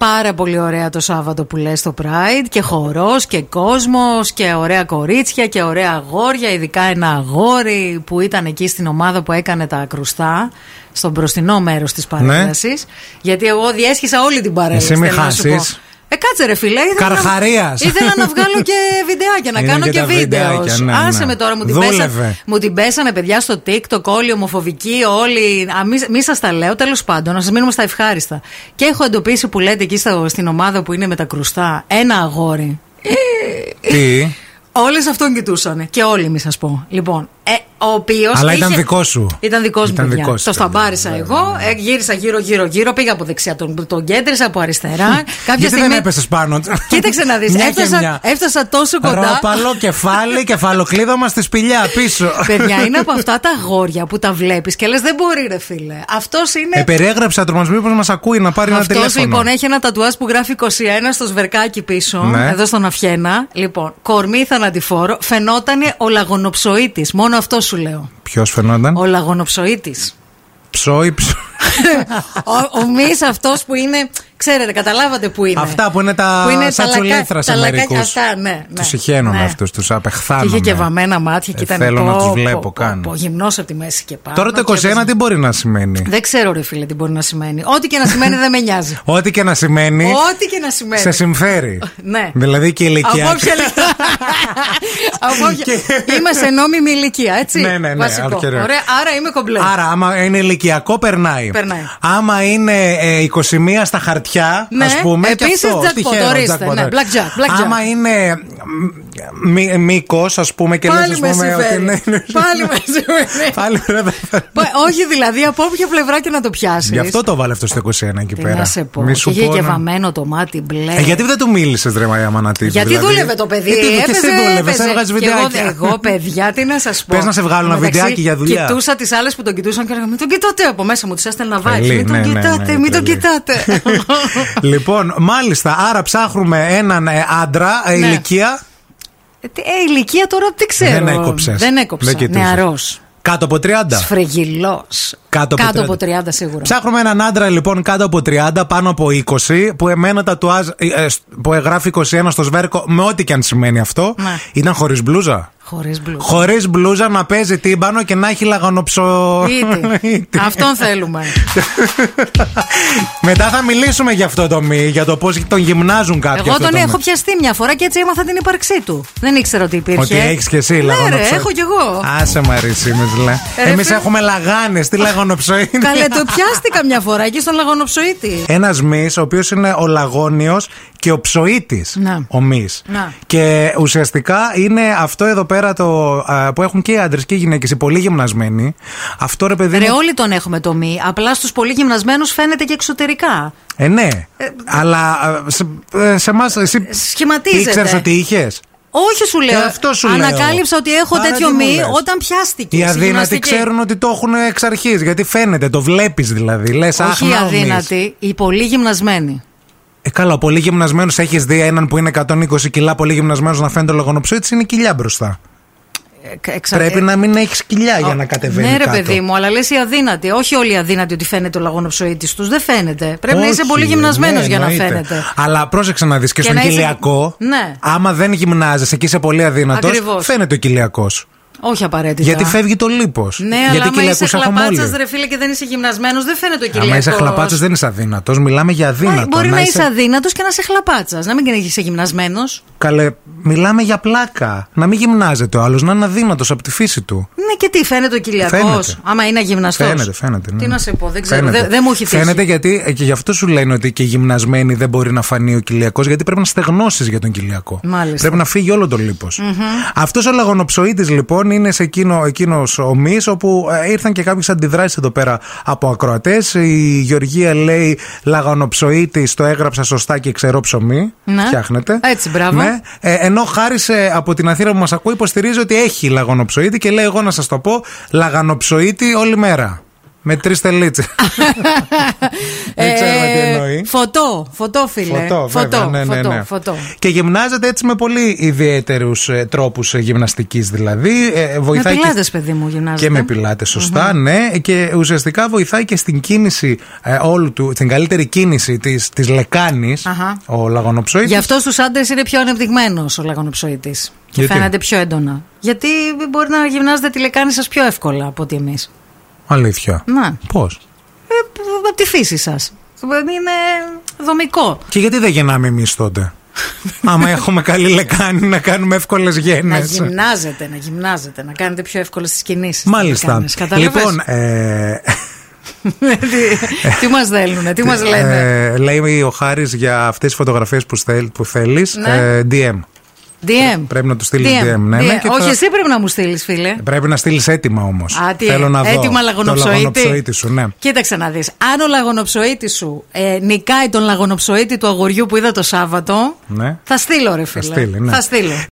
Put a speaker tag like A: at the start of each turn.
A: πάρα πολύ ωραία το Σάββατο που λες στο Pride και χορός και κόσμος και ωραία κορίτσια και ωραία αγόρια ειδικά ένα αγόρι που ήταν εκεί στην ομάδα που έκανε τα κρουστά στον μπροστινό μέρος της παρέλασης γιατί εγώ διέσχισα όλη την παρέλαση
B: Ναι. Εσύ μη
A: θέλω να σου
B: χάσεις.
A: πω. Ε, κάτσε ρε φίλε. Ήθελα,
B: Καρχαρίας.
A: Να, ήθελα να βγάλω και βιντεάκια, να
B: Είναι
A: κάνω
B: και
A: και,
B: τα
A: βίντεο.
B: βιντεάκια, ναι,
A: Άσε
B: ναι.
A: με τώρα, μου την,
B: Δούλευε.
A: πέσανε, μου την πέσανε παιδιά στο TikTok, όλοι ομοφοβικοί, όλοι. Α, μη, μη σας τα λέω, τέλος πάντων, να σας μείνουμε στα ευχάριστα. Και έχω εντοπίσει που λέτε εκεί στο- στην ομάδα που είναι με τα κρουστά, ένα αγόρι.
B: Τι.
A: Όλες αυτόν κοιτούσανε. Και όλοι, μη σας πω. Λοιπόν, ε, ο οποίος.
B: Αλλά ήταν δικό σου.
A: Ήταν δικό μου.
B: Ήταν
A: παιδιά.
B: δικό σου,
A: το
B: ναι,
A: σταμπάρισα
B: παιδιά.
A: εγώ, ε, γύρισα γύρω-γύρω-γύρω, πήγα από δεξιά, τον, τον κέντρισα από αριστερά. Κάποια
B: Γιατί
A: στιγμή.
B: δεν έπεσε πάνω.
A: Κοίταξε να δεις,
B: Μια και
A: έφτασα,
B: μια.
A: έφτασα τόσο κοντά.
B: Ρόπαλο, κεφάλι, κεφαλοκλείδωμα στη σπηλιά πίσω.
A: Παιδιά, είναι από αυτά τα αγόρια που τα βλέπεις και λες: Δεν μπορεί, ρε φίλε. Αυτός είναι.
B: Ε, περιέγραψα το μας μήπως μας ακούει να πάρει ένα
A: Αυτός
B: τηλέφωνο.
A: λοιπόν έχει ένα τατουάζ που γράφει 21 στο σβερκάκι πίσω,
B: Ναι.
A: εδώ στον Αφιένα. Λοιπόν, κορμί θανατηφόρο, φαινότανε ο λαγονοψοίτης. Μόνο αυτός σου λέω.
B: Ποιος φαινόταν.
A: Ο λαγονοψοίτης.
B: Ψόι, ψό-
A: ο ο μης αυτός που είναι. Ξέρετε, καταλάβατε που είναι.
B: Αυτά που είναι τα
A: Που είναι τα
B: σατσουλήθρα
A: λακα-
B: σε
A: τα λακάκια
B: μερικούς.
A: αυτά, ναι, ναι.
B: Τους συχαίνομαι
A: Ναι.
B: αυτούς, τους απεχθάνομαι.
A: Και είχε και βαμμένα μάτια και
B: Ε,
A: ήταν.
B: θέλω να
A: πω,
B: τους
A: πω,
B: βλέπω
A: πω,
B: καν.
A: πω, γυμνός από τη μέση και πάνω.
B: Τώρα το
A: και Ναι.
B: 21 τι μπορεί να σημαίνει.
A: Δεν ξέρω, ρε φίλε, τι μπορεί να σημαίνει. Ό,τι και να σημαίνει δεν με νοιάζει.
B: Ό,τι και να σημαίνει,
A: Ό,τι και να σημαίνει.
B: Ε, σε συμφέρει.
A: Ναι.
B: Δηλαδή και ηλικιακά.
A: Από ποια ηλικία. Από ποια-
B: Και-
A: Είμαι σε νόμιμη ηλικία, έτσι.
B: Ναι, ναι, ναι,
A: Βασικό.
B: από καιρό.
A: Ωραία, άρα είμαι κομπλέ.
B: Άρα, άμα είναι ηλικιακό, περνάει.
A: Περνάει.
B: Άμα είναι ε, 21 στα χαρτιά,
A: Ναι.
B: ας πούμε. και
A: Επίσης
B: αυτός,
A: jackpot,
B: τυχαίο,
A: ορίστε,
B: jackpot,
A: ναι,
B: ναι.
A: blackjack, blackjack.
B: Άμα είναι μήκος, ας πούμε, και λες,
A: Πάλι
B: ας πούμε,
A: με συμφέρει.
B: ναι, ναι.
A: Πάλι με συμφέρει.
B: Πάλι ρε, δεν θα-
A: Πα- Όχι, δηλαδή από όποια πλευρά και να το πιάσεις.
B: Γι' αυτό το βάλε αυτό στο 21 εκεί
A: Τι
B: πέρα.
A: να σε πω.
B: Μη σου
A: Και είχε
B: πω
A: και
B: να-
A: βαμμένο το μάτι μπλε.
B: Ε, γιατί δεν του μίλησες, ρε Μαρία Μανατίδη. δηλαδή?
A: Γιατί δούλευε το παιδί.
B: Γιατί και
A: έπαιζε,
B: εσύ δούλευες,
A: έπαιζε.
B: έβγαζες
A: Και εγώ-
B: βιντεάκια.
A: Εγώ, παιδιά, τι να σας πω.
B: Πες να σε βγάλω ένα
A: Μεταξύ,
B: βιντεάκι για δουλειά.
A: Κοιτούσα τις άλλες που τον κοιτούσαν και έλεγα Μην τον κοιτάτε από μέσα μου, τις έστελνα vibes.
B: Τρελή,
A: Μην τον
B: ναι, ναι, ναι,
A: κοιτάτε, μην τον
B: τρελή.
A: κοιτάτε.
B: λοιπόν, μάλιστα, άρα ψάχνουμε έναν ε, άντρα ε,
A: Ναι.
B: ηλικία.
A: Ε, τι- ε, ηλικία τώρα δεν ξέρω.
B: Δεν έκοψες.
A: Δεν έκοψα. Νεαρός.
B: Κάτω από 30.
A: Σφρεγγυλός.
B: Κάτω από 30.
A: 30 σίγουρα.
B: Ψάχνουμε έναν άντρα λοιπόν κάτω από 30, πάνω από 20, που εμένα τατουάζ ε, ε, σ- που εγγράφει 21 στο σβέρκο, με ό,τι και αν σημαίνει αυτό.
A: Ναι.
B: Ήταν χωρίς μπλούζα.
A: Χωρίς μπλου.
B: Χωρίς μπλούζα να παίζει τύμπανο και να έχει λαγανοψο.
A: Ήτη.
B: Ήτη.
A: Αυτόν θέλουμε.
B: Μετά θα μιλήσουμε για αυτό το μη, για το πώς τον γυμνάζουν κάποιοι.
A: Εγώ
B: αυτό
A: τον
B: το μη.
A: έχω πιαστεί μια φορά και έτσι έμαθα την ύπαρξή του. Δεν ήξερα ότι υπήρχε.
B: Ότι έχεις και εσύ
A: ναι,
B: λαγανοψοή.
A: ρε, έχω κι εγώ. Ε,
B: Άσε Μαρίση, με ζηλά.
A: ρε,
B: Εμείς
A: φίλε.
B: έχουμε λαγάνες. Τι λαγανοψοή είναι.
A: Καλέ, το πιάστηκα μια φορά εκεί στον λαγονοψοίτη.
B: Ένας μης, ο οποίος είναι ο λαγόνιος και ο ψοίτη.
A: Να.
B: Ο μης.
A: Να.
B: Και ουσιαστικά είναι αυτό εδώ πέρα το, α, που έχουν και οι άντρες και οι γυναίκες, οι πολύ γυμνασμένοι. Αυτό ρε παιδί.
A: Ρε,
B: μου-
A: όλοι τον έχουμε το μη. Απλά στους πολύ γυμνασμένους φαίνεται και εξωτερικά.
B: Ε, ναι. Αλλά α, σε, ε, σε εμάς εσύ.
A: Σχηματίζεται.
B: Ήξερες ότι είχες.
A: Όχι σου λέω.
B: Και Ε, αυτό σου λέω.
A: Ανακάλυψα ότι έχω
B: Άρα
A: τέτοιο
B: τι μου
A: μη
B: λες.
A: όταν πιάστηκες.
B: Οι
A: στη
B: αδύνατοι
A: γυμναστική.
B: ξέρουν ότι το έχουν εξ αρχής. Γιατί φαίνεται, το βλέπεις δηλαδή. Λες, αχ,
A: Όχι οι
B: να ο μυς».
A: αδύνατοι, οι πολύ γυμνασμένοι.
B: Ε, καλά, ο πολύ γυμνασμένος έχεις δει έναν που είναι 120 κιλά, πολύ γυμνασμένος να φαίνεται λογονοψίτη, είναι κοιλιά μπροστά.
A: Ε, εξα-
B: Πρέπει
A: ε,
B: να μην έχεις κοιλιά για
A: ο-
B: να κατεβαίνει.
A: Ναι, ρε
B: κάτω.
A: παιδί μου, αλλά λες οι αδύνατοι. Όχι όλοι οι αδύνατοι ότι φαίνεται ο λαγονοψοίτη τους. Δεν φαίνεται. Πρέπει να είσαι
B: Όχι,
A: πολύ γυμνασμένος
B: ναι,
A: για να
B: εννοείται.
A: φαίνεται.
B: Αλλά πρόσεξε να δεις και,
A: Και
B: στον
A: να είσαι-
B: κοιλιακό.
A: Ναι.
B: Άμα δεν γυμνάζεσαι και είσαι πολύ αδύνατος,
A: Ακριβώς.
B: φαίνεται ο κοιλιακός.
A: Όχι απαραίτητα.
B: Γιατί φεύγει το λίπος.
A: Ναι,
B: Γιατί
A: αλλά άμα είσαι
B: κοιλιακούς έχουμε όλοι.
A: χλαπάτσα, ρε φίλε, και δεν είσαι γυμνασμένος, δεν φαίνεται ο κοιλιακό.
B: Άμα είσαι χλαπάτσας, δεν είσαι αδύνατος. Μιλάμε για αδύνατο.
A: Μπορεί να είσαι αδύνατος και να είσαι χλαπάτσας. Να μην είσαι γυμνασμένος.
B: Καλέ, μιλάμε για πλάκα. Να μην γυμνάζεται ο άλλος, να είναι αδύνατος από τη φύση του.
A: Ναι, και τι, φαίνεται ο κοιλιακό.
B: Φαίνεται.
A: Άμα είναι γυμναστός.
B: Φαίνεται, φαίνεται. ναι.
A: Τι να σε πω, δεν ξέρω.
B: Φαίνεται.
A: Δεν, δεν μου έχει τύχει.
B: Φαίνεται γιατί ε, και γι' αυτό σου λένε ότι και οι γυμνασμένοι δεν μπορεί να φανεί ο κοιλιακό, γιατί πρέπει να στεγνώσεις για τον κοιλιακό.
A: Μάλιστα.
B: Πρέπει να φύγει όλο το λιπο Αυτός ο λαγονοψοίτης λοιπόν είναι σε εκείνο εκείνος ο μυς, όπου ε, ήρθαν και κάποιες αντιδράσεις εδώ πέρα από ακροατές. Η Γεωργία λέει λαγονοψοίτη, το έγραψα σωστά και ξερό ψωμί.
A: Ναι.
B: Φτιάχνεται.
A: Έτσι, μπράβο.
B: Ναι. Ε, ενώ χάρισε από την Αθήνα που μας ακούει, υποστηρίζει ότι έχει λαγονοψοίτη και λέει: Εγώ να σας το πω, λαγανοψοίτη όλη μέρα. με τρεις τελίτσες. Δεν ξέρουμε τι εννοεί.
A: Ε, Φωτό, φωτό φίλε.
B: Φωτό, βέβαια, ναι, ναι,
A: φωτό,
B: ναι.
A: φωτό.
B: Και γυμνάζεται έτσι με πολύ ε, ιδιαίτερου τρόπου γυμναστικής δηλαδή. Ε, ε,
A: Με
B: βοηθάει και-
A: πιλάδες παιδί μου γυμνάζεται.
B: και με πιλάτες, σωστά, ναι. Και ουσιαστικά βοηθάει και στην κίνηση ε, όλου του, στην καλύτερη κίνηση της της λεκάνης
A: Αχα.
B: ο λαγονοψοίτη.
A: Γι' αυτό στους άντρες είναι πιο ανεπτυγμένος ο λαγονοψοίτη. Και
B: Γιατί?
A: φαίνεται πιο έντονα. Γιατί μπορεί να γυμνάζετε τη λεκάνη σας πιο εύκολα από ότι εμείς.
B: Αλήθεια.
A: Να.
B: Πώς.
A: Ε, από τη φύση σας. Είναι δομικό.
B: Και γιατί δεν γεννάμε εμείς τότε. Άμα έχουμε καλή λεκάνη να κάνουμε εύκολες
A: Να
B: γέννες.
A: γυμνάζετε, να γυμνάζετε, να κάνετε πιο εύκολες τις κινήσεις.
B: Μάλιστα. Λοιπόν, ε,
A: Ναι, τι μας δέλνουνε, τι μας λένε.
B: ε, λέει ο Χάρης για αυτές τις φωτογραφίες που, θέλ, που θέλεις.
A: Ναι.
B: DM.
A: DM.
B: πρέπει να τους στείλεις DM, ναι, ναι, και
A: Όχι,
B: θα-
A: εσύ πρέπει να μου στείλεις, φίλε.
B: Πρέπει να στείλεις έτοιμα όμως.
A: Α, τι, ε-
B: Θέλω να δω.
A: έτοιμα λαγονοψοίτη.
B: Το λαγονοψοίτη σου, ναι.
A: Κοίταξε να δεις. Αν ο λαγονοψοίτης σου ε, νικάει τον λαγονοψοίτη του αγοριού που είδα το Σάββατο.
B: Ναι.
A: Θα στείλω, ρε φίλε.
B: στείλει, ναι.
A: Θα στείλω.